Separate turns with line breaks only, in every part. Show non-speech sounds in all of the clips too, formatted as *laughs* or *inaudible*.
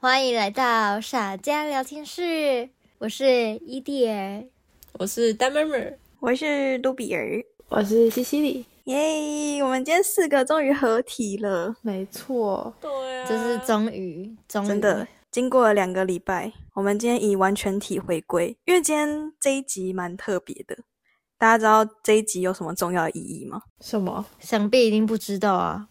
欢迎来到傻家聊天室，我是伊蒂儿。
我是丹妹妹，
我是卢比尔，
我是西西里，
耶、我们今天四个终于合体了，
没错，
对啊，
这是终于，终于
真的。经过了两个礼拜，我们今天以完全体回归，因为今天这一集蛮特别的。大家知道这一集有什么重要的意义吗？
什么？
想必一定不知道啊。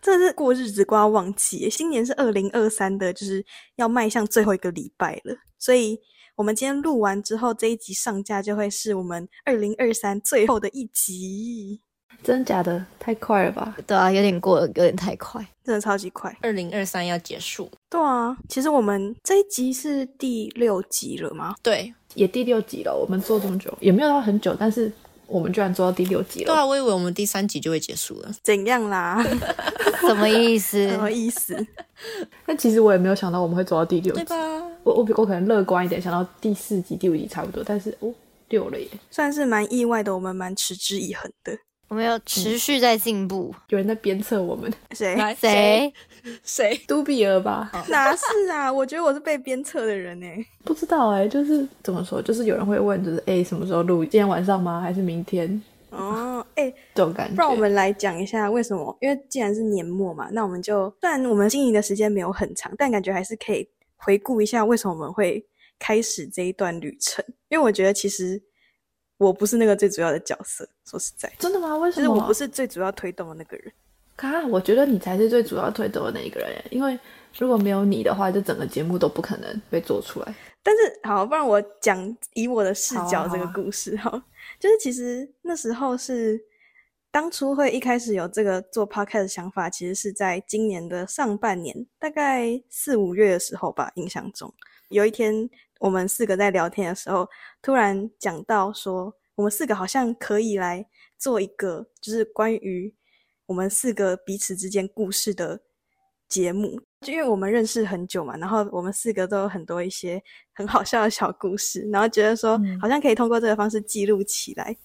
这是过日子瓜忘记耶，新年是二零二三的，就是要迈向最后一个礼拜了。所以我们今天录完之后，这一集上架就会是我们二零二三最后的一集，
真假的？太快了吧！
对啊，有点过，有点太快。
真的超级快。
二零二三要结束，
对啊，其实我们这一集是第六集了吗？
对
也第六集了，我们做这么久也没有到很久，但是我们居然做到第六集
对
了。
啊，我以为我们第三集就会结束了，
怎样啦？ *laughs*
什么意思？
什么意思？ *laughs*
但其实我也没有想到我们会做到第六
对
集，
吧？
我我比我可能乐观一点，想到第四集、第五集差不多，但是哦，六了耶！
算是蛮意外的，我们蛮持之以恒的。
我们要持续在进步。
有人在鞭策
*laughs*
我们，
谁？
来
哎谁？
谁？
都比尔吧？
哪是啊？我觉得我是被鞭策的人呢、
不知道哎、就是怎么说，就是有人会问，就是哎、诶什么时候录？今天晚上吗？还是明天？
哦，
*laughs*
哎、
这种感觉。
不然我们来讲一下为什么？因为既然是年末嘛，那我们就虽然我们经营的时间没有很长，但感觉还是可以回顾一下为什么我们会开始这一段旅程。因为我觉得其实我不是那个最主要的角色，说实在，
真的吗？为什
就
么？
是我不是最主要推动的那个人。
啊，我觉得你才是最主要推动的那一个人耶，因为如果没有你的话，就整个节目都不可能被做出来。
但是好，不然我讲以我的视
好啊
角
好
这个
啊
故事哈、就是其实那时候是当初会一开始有这个做 podcast 的想法，其实是在今年的上半年，大概四五月的时候吧，印象中有一天我们四个在聊天的时候，突然讲到说，我们四个好像可以来做一个，就是关于我们四个彼此之间故事的节目。就因为我们认识很久嘛，然后我们四个都有很多一些很好笑的小故事，然后觉得说
嗯
好像可以通过这个方式记录起来。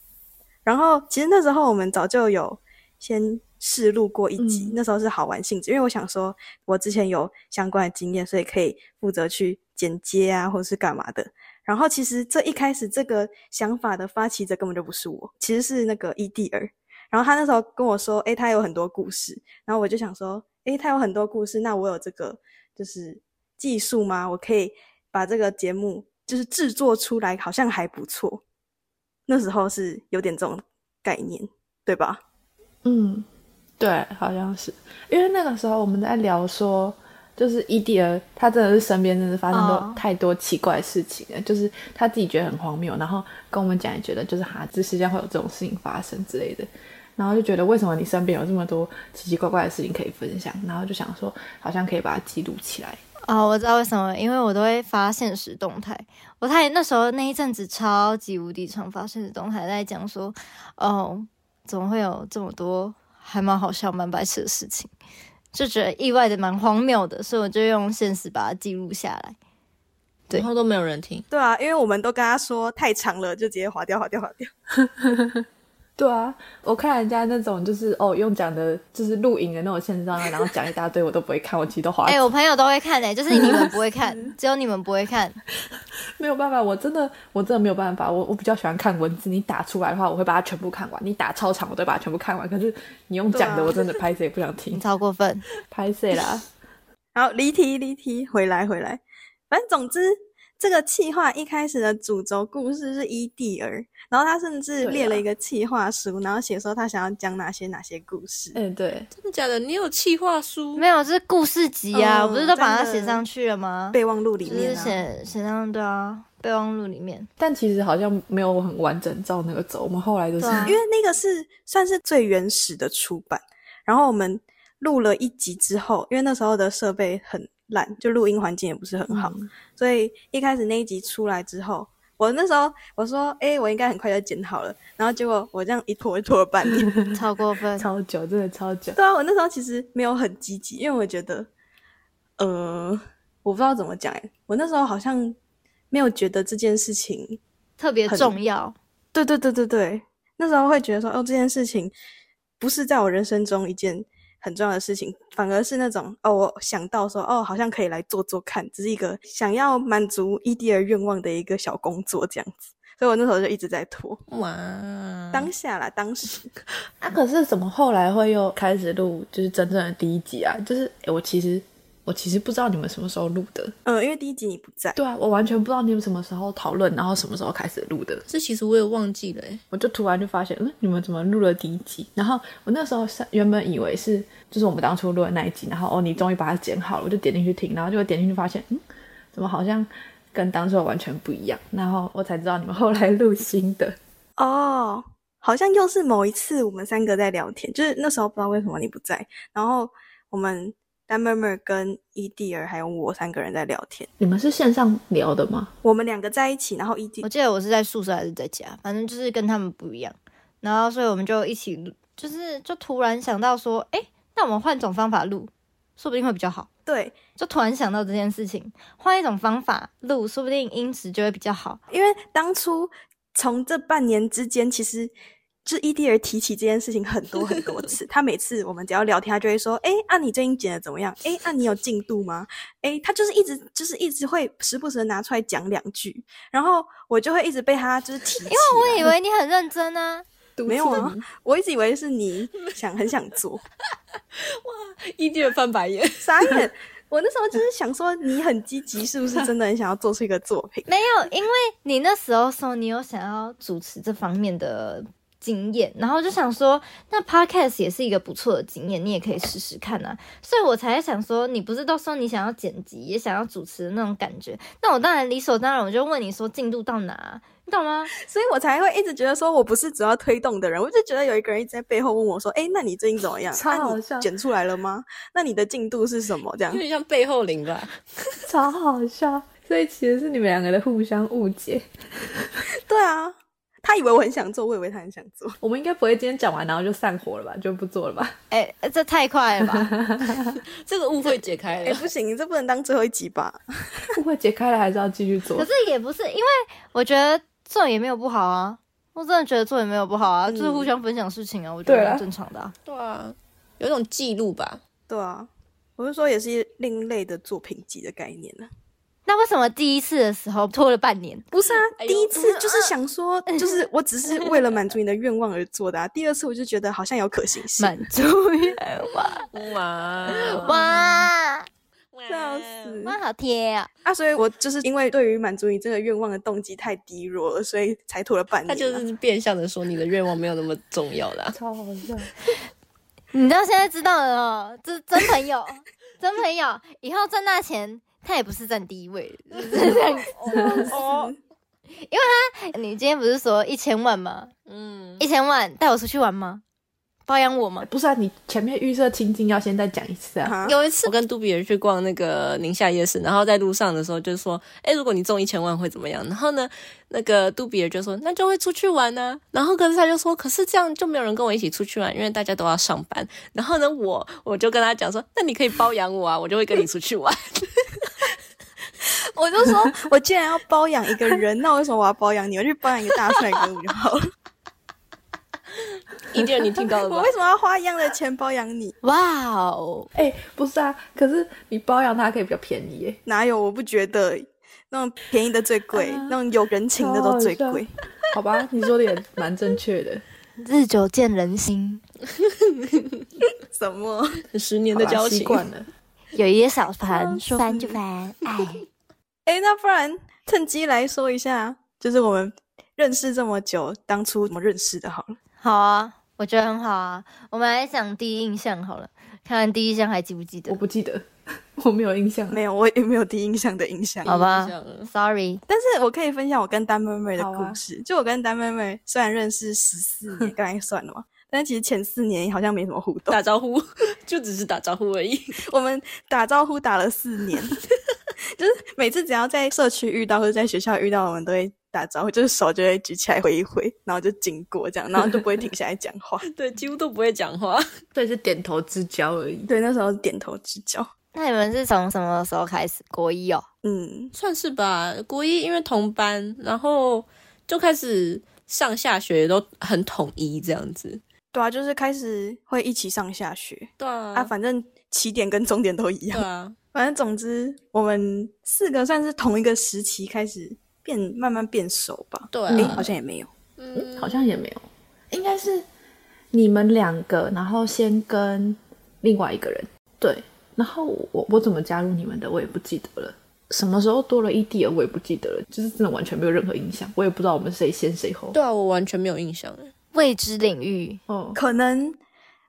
然后其实那时候我们早就有先试录过一集，
嗯
那时候是好玩性质，因为我想说我之前有相关的经验，所以可以负责去剪接啊，或者是干嘛的。然后其实这一开始这个想法的发起者根本就不是我，其实是那个 E 伊蒂尔。然后他那时候跟我说，诶，他有很多故事。然后我就想说，诶，他有很多故事，那我有这个就是技术吗？我可以把这个节目就是制作出来，好像还不错。那时候是有点这种概念，对吧？
嗯，对，好像是，因为那个时候我们在聊说，就是伊蒂尔，他真的是身边真的发生
哦
过太多奇怪的事情了，就是他自己觉得很荒谬，然后跟我们讲也觉得就是哈，这世界上会有这种事情发生之类的。然后就觉得为什么你身边有这么多奇奇怪怪的事情可以分享，然后就想说好像可以把它记录起来。
哦，我知道为什么，因为我都会发现实动态。我太那时候那一阵子超级无敌常发现实动态，在讲说，哦，怎么会有这么多还蛮好笑、蛮白痴的事情，就觉得意外的蛮荒谬的，所以我就用现实把它记录下来。对
然后都没有人听，
对啊，因为我们都跟他说太长了，就直接划掉、划掉、划掉。
对啊，我看人家那种就是哦，用讲的就是录影的那种线上，然后讲一大堆，我都不会看，我其实 *laughs* 都划
哎、我朋友都会看哎、就是你们不会
*laughs*
看，只有你们不会看。
没有办法，我真的我真的没有办法，我我比较喜欢看文字，你打出来的话，我会把它全部看完，你打超长，我都会把它全部看完，可是你用讲的，
对啊
我真的拍谁不想
你
*laughs*
听，
超过分，
拍谁啦？
好，离题离题，回来回来。反正总之，这个企划一开始的主轴故事是伊蒂尔，然后他甚至
对啊
列了一个企划书，然后写说他想要讲哪些哪些故事。
嗯，对，
真的假的？你有企划书？
没有，这是故事集啊，
嗯
我不是都把它
真的
写上去了吗？
备忘录里
就是
面、啊，
写写上对啊，备忘录里面。
但其实好像没有很完整照那个走，我们后来就是、
对啊
因为那个是算是最原始的出版。然后我们录了一集之后，因为那时候的设备很烂，就录音环境也不是很好，
嗯
所以一开始那一集出来之后，我那时候我说，哎、我应该很快就剪好了，然后结果我这样一拖拖了半年。
超过
啊
分，
超久，真的超久，
对啊，我那时候其实没有很积极，因为我觉得，呃，我不知道怎么讲，哎，我那时候好像没有觉得这件事情
特别重要。
对对对对对，那时候会觉得说，哦，这件事情不是在我人生中一件很重要的事情，反而是那种哦，我想到说哦，好像可以来做做看，只是一个想要满足异地儿愿望的一个小工作这样子。所以我那时候就一直在拖，
哇，嗯
当下啦，当时
啊，可是怎么后来会又开始录，就是真正的第一集啊？就是、诶我其实我其实不知道你们什么时候录的，
呃，因为第一集你不在，
对啊，我完全不知道你们什么时候讨论，然后什么时候开始录的。
这其实我也忘记了、欸，
我就突然就发现，嗯，你们怎么录了第一集？然后我那时候是原本以为是就是我们当初录的那一集，然后哦，你终于把它剪好了，我就点进去听，然后就点进去发现，嗯，怎么好像跟当初的完全不一样？然后我才知道你们后来录新的。
哦，好像又是某一次我们三个在聊天，就是那时候不知道为什么你不在，然后我们丹妹妹跟伊蒂尔还有我三个人在聊天，
你们是线上聊的吗？
我们两个在一起，然后伊蒂
我记得我是在宿舍还是在家，反正就是跟他们不一样。然后，所以我们就一起录，就是就突然想到说，哎、那我们换种方法录，说不定会比较好。
对，
就突然想到这件事情，换一种方法录，说不定音质就会比较好。
因为当初从这半年之间，其实就是伊蒂尔提起这件事情很多
*laughs*
很多次。他每次我们只要聊天，他就会说：“哎，啊你最近剪的怎么样？哎，啊你有进度吗？”哎，他就是一直就是一直会时不时地拿出来讲两句，然后我就会一直被他就是提起来。因
我以为你很认真啊，
没有啊，我一直以为是你想很想做，
一定翻白眼。
傻眼。我那时候就是想说，你很积极，是不是真的很想要做出一个作品？ *laughs*
没有，因为你那时候说你有想要主持这方面的经验，然后就想说，那 podcast 也是一个不错的经验，你也可以试试看啊。所以我才想说，你不是都说你想要剪辑，也想要主持的那种感觉？那我当然理所当然，我就问你说进度到哪，你懂吗？
所以我才会一直觉得说我不是主要推动的人，我就觉得有一个人一直在背后问我说：“哎、那你最近怎么样？
超
那、
好
你
笑
剪出来了吗？那你的进度是什么？”这
*laughs*
样
有点像背后灵吧？
*laughs* 超好笑。所以其实是你们两个的互相误解。
对啊，他以为我很想做，我以为他很想做。
我们应该不会今天讲完然后就散伙了吧？就不做了吧？ *laughs*
哎、这太快了 *laughs* 吧！
*laughs* 这个误会解开
哎、
啊
了。
不行，这不能当最后一集吧？
误会解开了，还是要继续做
可？是也不是，因为我觉得做也没有不好啊，我真的觉得做也没有不好啊，就是互相分享事情啊，我觉
对
得
啊
很正常的、啊。
对啊，有一种记录吧。
对啊，我是说也是另类的作品集的概念呢、啊
那为什么第一次的时候拖了半年？
不是啊，
哎呦
第一次就是想说，
*laughs*
就是我只是为了满足你的愿望而做的啊。第二次我就觉得好像有可行性，
满足 *laughs* 愿望，
哇
哇
笑死！
哇，好贴啊！
啊，所以我就是因为对于满足你这个愿望的动机太低弱了，所以才拖了半年啊、
他就是变相的说你的愿望没有那么重要啦。
超好笑。
你知道现在知道了哦，这真朋友，真朋友，以后赚大钱，他也不是占第一位，是不是这样子。
哦，
你今天不是说一千万吗？
嗯，
一千万带我出去玩吗？包养我吗？
不是啊，你前面预设情境要先再讲一次啊。
*laughs*
啊
有一次我跟杜比人去逛那个宁夏夜市，然后在路上的时候就说：“哎，如果你中一千万会怎么样？”然后呢，那个杜比人就说：“那就会出去玩呢、然后可是他就说：“可是这样就没有人跟我一起出去玩，因为大家都要上班。”然后呢，我我就跟他讲说：“那你可以包养我啊，我就会跟你出去玩。
我就说，我既然要包养一个人，那为什么我要包养你？我去包
*laughs*
养一个大帅哥不就好了？”
一定有你听到了
我
吧
为？什么要花一样的钱包养你？
哇哦！
哎、不是啊，可是你包养它可以比较便宜耶。
哪有？我不觉得那种便宜的最贵，那种有人情的都最
超好
贵
笑。好吧，你说的也蛮正确的。
日久见人心，
什么？
十年
好
的
啦
交
习
情，
惯了。
有一些小盘
笑死
翻就翻，哎，
哎，那不然趁机来说一下，就是我们认识这么久，当初怎么认识的？好了，
*laughs* 好啊，我觉得很好啊。我们来讲第一印象好了，看看第一印象还记不记
我
得？
不记得， *laughs* 我没有印象。
没有，我也没有第一印象的印象。
好吧
印象了
，Sorry，
但是我可以分享我跟丹妹妹的
好啊
故事。就我跟丹妹妹虽然认识十四年，刚才算 *laughs* 了嘛，但其实前四年好像没什么互动。
打招呼就只是打招呼而已。
我们打招呼打了四 *laughs* 年，就是每次只要在社区遇到或者在学校遇到，我们都会打招呼，就是手就会举起来挥一挥，然后就经过这样，然后就不会停下来讲话。
对，几乎都不会讲话。
对，是点头之交而已。
*laughs* 对，那时候点头之交，
那你们是从什么时候开始？国一哦，
嗯，
算是吧。国一因为同班，然后就开始上下学都很统一这样子。
对啊，就是开始会一起上下学
对啊，
啊，反正起点跟终点都一样
对。啊，
反正总之，我们四个算是同一个时期开始变，慢慢变熟吧。
对
诶
啊
好像也没有。
嗯好像也没有，应该是你们两个，然后先跟另外一个人对，然后我我怎么加入你们的，我也不记得了。什么时候多了异地了，我也不记得了，就是真的完全没有任何印象，我也不知道我们谁先谁后。
对啊，我完全没有印象哎。
未知领域，
哦，
可能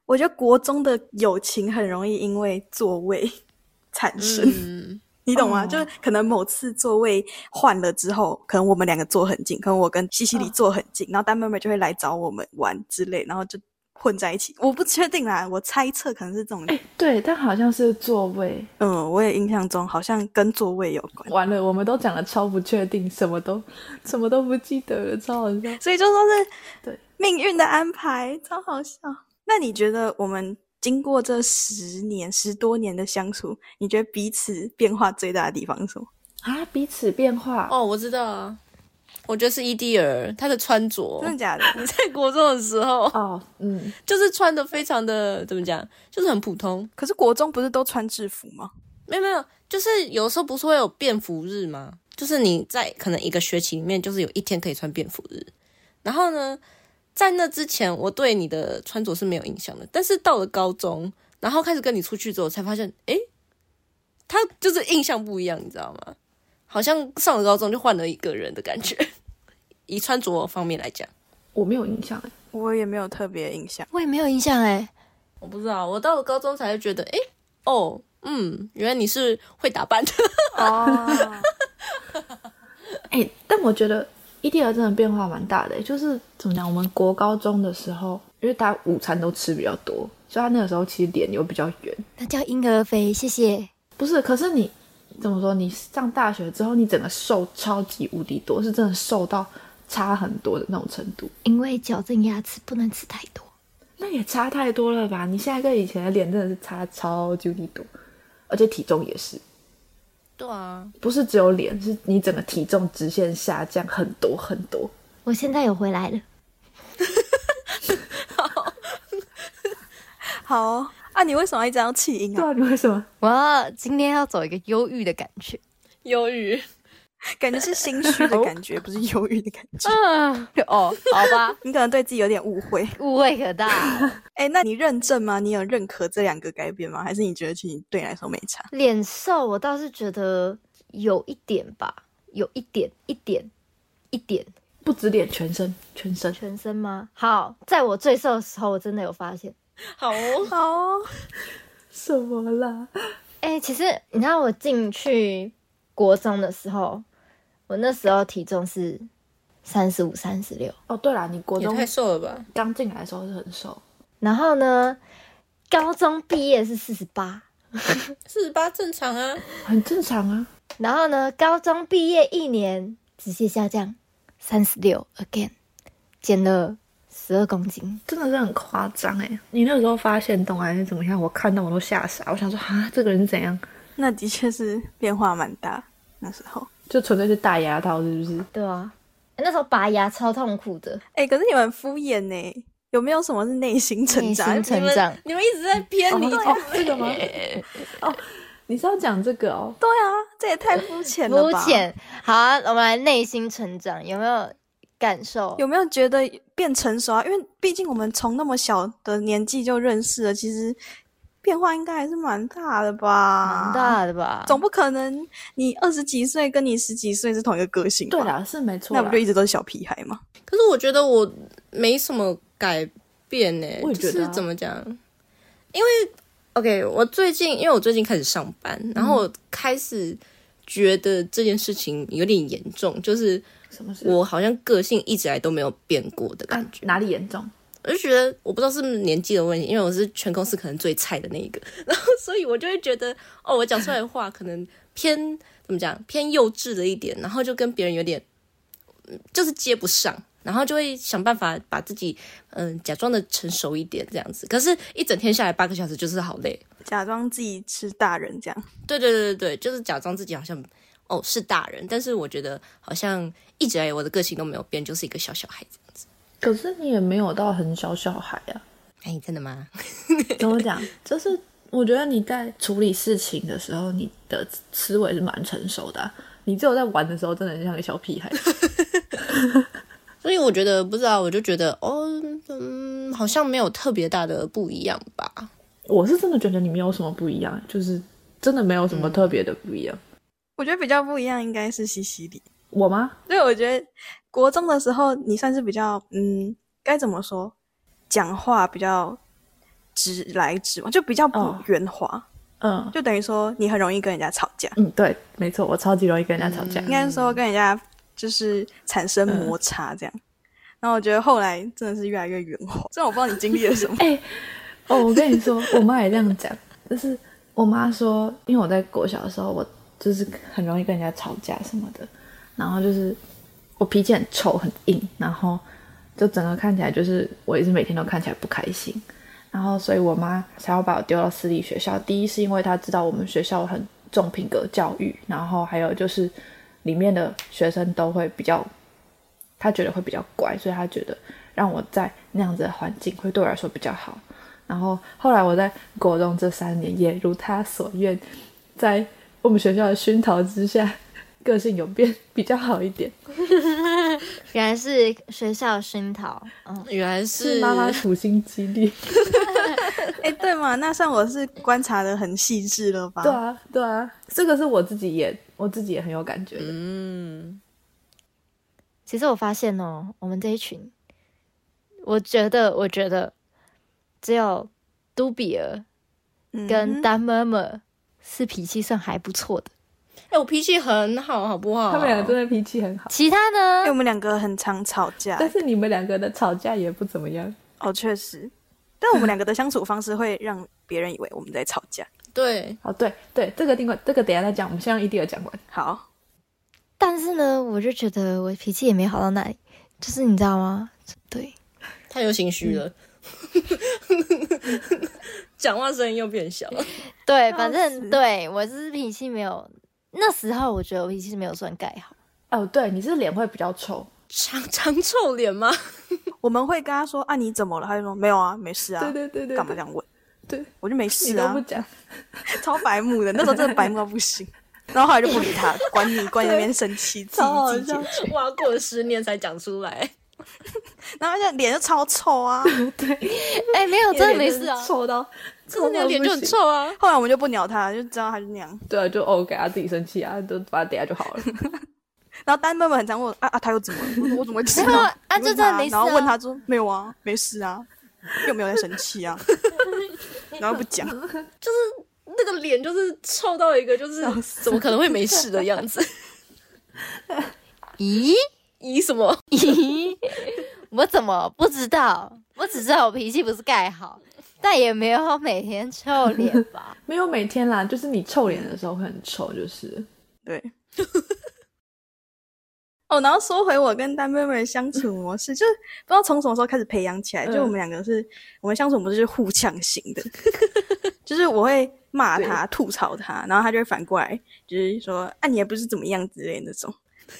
我觉得国中的友情很容易因为座位 *laughs* 产生，
嗯，
你懂吗？
哦
就是可能某次座位换了之后，可能我们两个坐很近，可能我跟西西
嗯
里坐很近，然后丹妹妹就会来找我们玩之类，然后就混在一起。我不确定啦，我猜测可能是这种。
对，但好像是座位。
嗯，我也印象中好像跟座位有关。
完了，我们都讲的超不确定，什么都什么都不记得了，超好笑。
所以就说是
对
命运的安排，超好笑。那你觉得我们经过这十年十多年的相处，你觉得彼此变化最大的地方是什么？
啊，彼此变化，
哦，我知道啊，我觉得是伊蒂尔她的穿着
真。的 *laughs* 假的？
你在国中的时候，
哦，嗯，
就是穿的非常的怎么讲，就是很普通。
可是国中不是都穿制服吗？
没有没有，就是有时候不是会有便服日吗？就是你在可能一个学期里面，就是有一天可以穿便服日。然后呢，在那之前，我对你的穿着是没有印象的。但是到了高中，然后开始跟你出去之后，才发现，诶，他就是印象不一样，你知道吗？好像上了高中就换了一个人的感觉。 *laughs* 以穿着方面来讲，
我没有印象哎。
我也没有特别印象。
我也没有印象哎。
我不知道，我到了高中才会觉得，诶，哦，嗯，原来你是会打扮的。
哦， *laughs*
哎、但我觉得伊蒂尔真的变化蛮大的、欸就是怎么讲，我们国高中的时候，因为他午餐都吃比较多，所以他那个时候其实脸又比较圆。
那叫婴儿肥，谢谢。
不是，可是你怎么说？你上大学之后，你整个瘦超级无敌多，是真的瘦到差很多的那种程度。
因为矫正牙齿不能吃太多。
那也差太多了吧？你现在跟以前的脸真的是差超级无敌多，而且体重也是，
对啊，
不是只有脸，是你整个体重直线下降很多很多。
我现在有回来了，
好哦、啊，你为什么一直要弃婴
对
啊？
啊，你为什么？
我要今天要走一个忧郁的感觉。
*laughs* 忧郁。
感觉是心虚的感觉，不是忧郁的感 *laughs* 觉。
嗯，哦，好吧，
*laughs* 你可能对自己有点误会。
误会可大了。
哎，那你认证吗？你有认可这两个改变吗？还是你觉得其实对你来说没差？
*laughs* 脸瘦，我倒是觉得有一点吧，有一点，一点，一点。
不止脸，全身，全身。
全身吗？好，在我最瘦的时候，我真的有发现。
好哦，
好、哦，
什么啦？
哎、其实你知道，我进去国中的时候，我那时候体重是三十五、三十六，
哦，对啦，你国
也
中
太瘦了吧？
刚进来的时候是很瘦，
然后呢，高中毕业是四十八，
四十八正常啊。
很正常啊。
然后呢，高中毕业一年直接下降三十六，again 减了十二公斤。
真的是很夸张哎！你那时候发现动还是怎么样？我看到我都吓傻，我想说啊，这个人是怎样？
那的确是变化蛮大。那时候，
就纯粹是大牙套是不是？
对啊，那时候拔牙超痛苦的，
哎、可是你们很敷衍呢、有没有什么是内心成
内
长
心？成长。
你们一直在偏离、
哦，这个吗？哦，你是要讲这个哦？
对啊，这也太 *laughs* 肤浅了
肤
吧！，
浅。好、啊，我们来内心成长，有没有感受？
有没有觉得变成熟啊？因为毕竟我们从那么小的年纪就认识了，其实变化应该还是蛮大的吧？
蛮，大的吧？
总不可能你二十几岁跟你十几岁是同一个个性吧？
对啦，是没错啦。
那不就一直都是小屁孩吗？
*laughs* 可是我觉得我没什么改变呢、
我也
就
觉得
是
啊
怎么讲？因为 OK，我最近因为我最近开始上班，然后
嗯
我开始觉得这件事情有点严重，就是
什么事？
我好像个性一直来都没有变过的感
啊
觉。
哪里严重？
我就觉得我不知道是不是年纪的问题，因为我是全公司可能最菜的那一个， *laughs* 然后所以我就会觉得，哦，我讲出来的话可能偏怎么讲，偏幼稚了一点，然后就跟别人有点，嗯就是接不上，然后就会想办法把自己嗯假装的成熟一点这样子，可是一整天下来八个小时就是好累，
假装自己是大人这样，
对对对对对，就是假装自己好像哦是大人，但是我觉得好像一直以来我的个性都没有变，就是一个小小孩子。
可是你也没有到很小小孩啊。
哎，真的吗？
怎么讲？就是我觉得你在处理事情的时候，你的思维是蛮成熟的啊、你只有在玩的时候，真的很像个小屁孩。
所以我觉得不知道，我就觉得哦，嗯，好像没有特别大的不一样吧。
我是真的觉得你没有什么不一样，就是真的没有什么特别的不一样。
我觉得比较不一样应该是西西里。
我吗？
对，我觉得国中的时候，你算是比较嗯，该怎么说，讲话比较直来直往，就比较不
哦
圆滑，
嗯
就等于说你很容易跟人家吵架，
嗯，对，没错，我超级容易跟人家吵架。，
应该说跟人家就是产生摩擦这样。然后我觉得后来真的是越来越圆滑，虽然我不知道你经历了什么
哎、哦，我跟你说，我妈也这样讲，就是我妈说，因为我在国小的时候，我就是很容易跟人家吵架什么的，然后就是我脾气很臭很硬，然后就整个看起来就是我也是每天都看起来不开心，然后所以我妈才要把我丢到私立学校。第一是因为她知道我们学校很重品格教育，然后还有就是里面的学生都会比较，她觉得会比较乖，所以她觉得让我在那样子的环境会对我来说比较好。然后后来我在国中这三年也如她所愿，在我们学校的熏陶之下，个性有变比较好一点。
原来是学校熏陶，嗯，
原来
是
是
妈妈处心积虑。
*laughs* 哎，对嘛？那算我是观察的很细致了吧？
*laughs* 对啊，对啊，这个是我自己也我自己也很有感觉的。
嗯，
其实我发现哦，我们这一群，我觉得，我觉得只有都比尔
嗯哼，
跟丹妈妈是脾气算还不错的，
哎、我脾气很好，好不好？
他们两个真的脾气很好，
其他
哎，我
呢？
们两个很常吵架，
但是你们两个的吵架也不怎么样。
哦，确实，但我们两个的相处方式会让别人以为我们在吵架。
对，
哦，对对，这个定位，这个等一下再讲，我们先让一定要讲完。
好，
但是呢，我就觉得我脾气也没好到哪里，就是你知道吗？对，
他又心虚了， *laughs* 讲话声音又变小了。
对，
笑
反正
死
对我就是脾气没有，那时候我觉得我脾气没有算盖好。
哦，对，你是脸会比较臭。
长长臭脸吗？
我们会跟他说啊，你怎么了？他就说没有啊，没事啊。
对对对对，
干嘛这样问？
对，
我就没
你
事
都不
啊，
讲。
超白目的，那时候真的白目到不
*laughs*
行。然后后来就不理他，管你管你那边生气，自
超好
己自己
笑
解决。
哇，过了十年才讲出来，
然后现在脸就超臭
*laughs*
啊。
*laughs* 哎、没有，真的没
脸
事
是
啊。
臭到，
可是你的脸就很
到
臭啊。
后来我们就不鸟他，就知道他就那样。
不行。对啊，就哦，给他自己生气啊，就把他等一下就 *laughs* 好了。
然后丹妹妹很常问我啊啊，他又怎么了？我说我怎么会知
没有
道？
啊啊
你
就真
问
的
他
没事啊
然后问他说没有啊，没事啊，又没有在生
*laughs*
气啊，然后不讲。
那个脸就是臭到一个，就是怎么可能会没事的样子？
咦
咦，什么？
咦，我怎么不知道？我只知道我脾气不是盖好，但也没有每天臭脸吧。
没有每天啦，就是你臭脸的时候会很臭，就是。
对。哦，然后说回我跟丹妹妹的相处模式，就是不知道从什么时候开始培养起来，
嗯
就我们两个是，我们相处模式就是互呛型的， *laughs* 就是我会骂他、吐槽他，然后他就会反过来就是说，啊，你也不是怎么样之类的那种。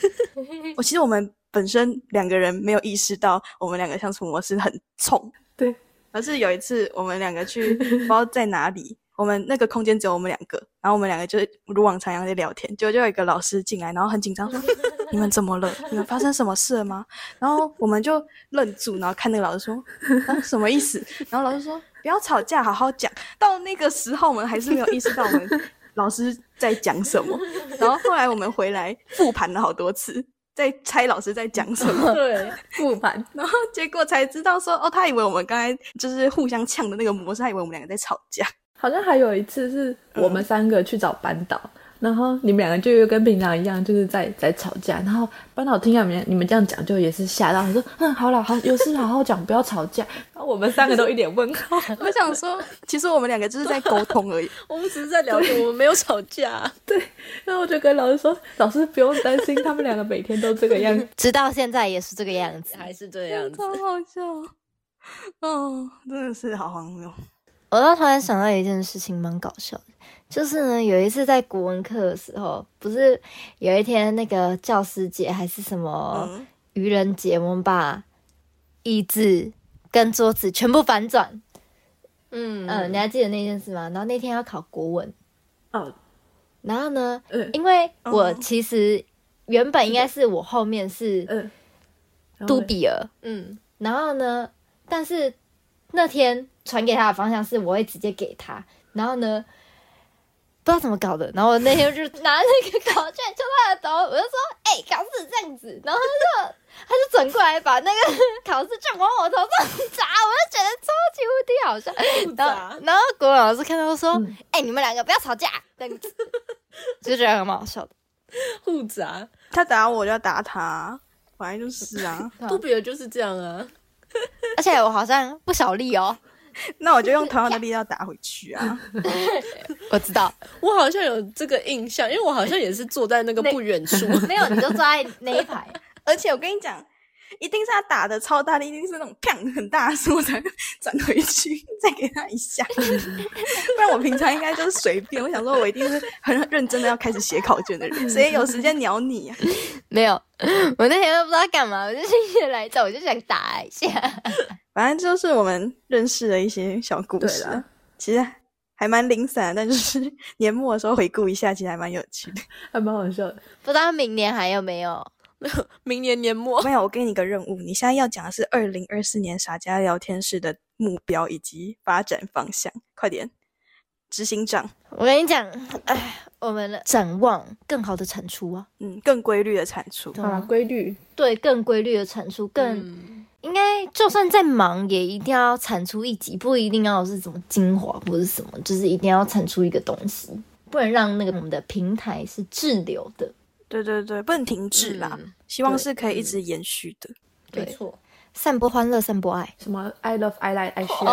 *laughs* 我其实我们本身两个人没有意识到，我们两个相处模式很冲，
对。
而是有一次我们两个去不知道在哪里，我们那个空间只有我们两个，然后我们两个就是如往常一样在聊天，结果就有一个老师进来，然后很紧张说：“你们怎么了？你们发生什么事了吗？”然后我们就愣住，然后看那个老师说：“啊，什么意思？”然后老师说：“不要吵架，好好讲。”到那个时候，我们还是没有意识到我们老师在讲什么。然后后来我们回来复盘了好多次，在猜老师在讲什么。
对，
复盘，
然后结果才知道说，哦，他以为我们刚才就是互相呛的那个模式，他以为我们两个在吵 *laughs* 架。
好像还有一次是我们三个去找班导，然后你们两个就又跟平常一样，就是在在吵架。然后班导听到你们你们这样讲，就也是吓到，他说：“嗯，好了，好有事好好讲，不要吵 *laughs* 架。”然后我们三个都一脸问号。
我想说，其实我们两个就是在沟通而已。
我们只是在聊天，我们没有吵架。
然后我就跟老师说：“老师不用担心，他们两个每天都这个样。
直到现在也是这个样子。
还是这样子，
*laughs* 超好笑，哦，真的是好荒谬。
我倒突然想到一件事情，蛮搞笑的，就是呢，有一次在国文课的时候，不是有一天那个教师节还是什么
嗯，
愚人节，我们把椅子跟桌子全部反转，
*laughs* 嗯
嗯，你还记得那件事吗？然后那天要考国文，
哦，
然后呢，
嗯
因为我
哦
其实原本应该是我后面是
嗯，然后
杜
嘞，
比尔，
嗯
然后呢，但是那天传给他的方向是我会直接给他，然后呢，不知道怎么搞的，然后我那天就拿那个考卷敲他的头，我就说：“哎、考试这样子。”然后他就他就转过来把那个 *laughs* 考试卷往我头上砸，我就觉得超级无敌好笑。然后然后国文老师看到就说：“
嗯
哎、你们两个不要吵架。”这样子 *laughs* 就觉得还蛮好笑的。
互砸，
他打我就要打他，本来就是 *laughs* 啊。
啊
杜比尔就是这样啊。
而且我好像不小力哦，
那我就用同样的力道打回去啊。
我知道。
我好像有这个印象，因为我好像也是坐在那个不远 *laughs* 处。
*laughs* 没有，你就坐在那一排。
而且我跟你讲，一定是他打的超大力，一定是那种砰很大声，我才会转回去，再给他一
*laughs*
下。不然我平常应该就是随便。我想说，我一定是很认真的要开始写考卷的
嗯
人，谁有时间鸟你啊？
没有， *laughs* 我那天都不知道干嘛，我就心血来潮，我就想打一下。 *laughs*
反正就是我们认识的一些小故
对
事
啦，
其实还蛮零散的，但就是年末的时候回顾一下，其实还蛮有趣的。
还蛮好笑的。
不知道明年还有没有？
明年年末，
哦
没有，我给你个任务，你现在要讲的是二零二四年傻家聊天室的目标以及发展方向，快点，执行长，
我跟你讲，哎，我们的展望更好的产出啊，
嗯，更规律的产出。
对
好啦，
啊
规律，
对，更规律的产出，更、
嗯
应该就算再忙，也一定要产出一集，不一定要是什么精华或者什么，就是一定要产出一个东西，不能让那个我们的平台是滞留的。
对对对，不能停滞啦，
嗯
希望是可以一直延续的。
对
错，
散播欢乐，散播爱。
什么 I love I like I share，、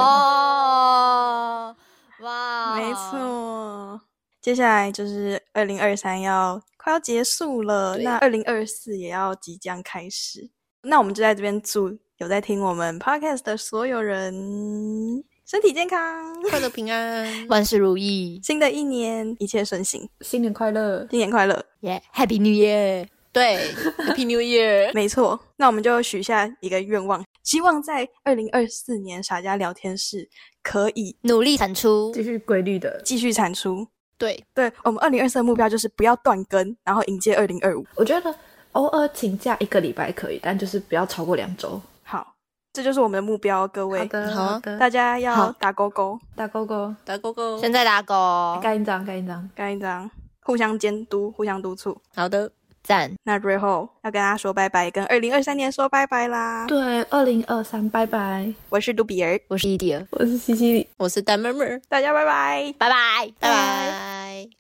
哦，
啊
哇，
没错，接下来就是二零二三要快要结束了，
对
那二零二四也要即将开始，那我们就在这边祝有在听我们 podcast 的所有人身体健康，
快乐平安，
万事如意，
新的一年一切顺心，
新年快乐，
新年快乐。
耶、h a p p y New Year！
对，Happy New Year，
没错，那我们就许下一个愿望，希望在二零二四年傻家聊天室可以
努力产出
继，续规律的。
继续产出。
对，
对我们二零二四的目标就是不要断更，然后迎接二零二五。
我觉得偶尔请假一个礼拜可以，但就是不要超过两周。
好，这就是我们的目标，各位，
好啊
的
大家要
好
打勾勾，
大勾勾，
打勾勾，
现在打勾，
盖一张，盖一张，
干一张，互相监督，互相督促。
好的，
赞，
那最后要跟大家说拜拜，跟二零二三年说拜拜啦。
对，二零二三，拜拜。
我是杜比尔，
我是伊迪尔，
我是西西里。
我是丹妹妹儿，
大家拜拜。
拜拜，拜
拜
拜。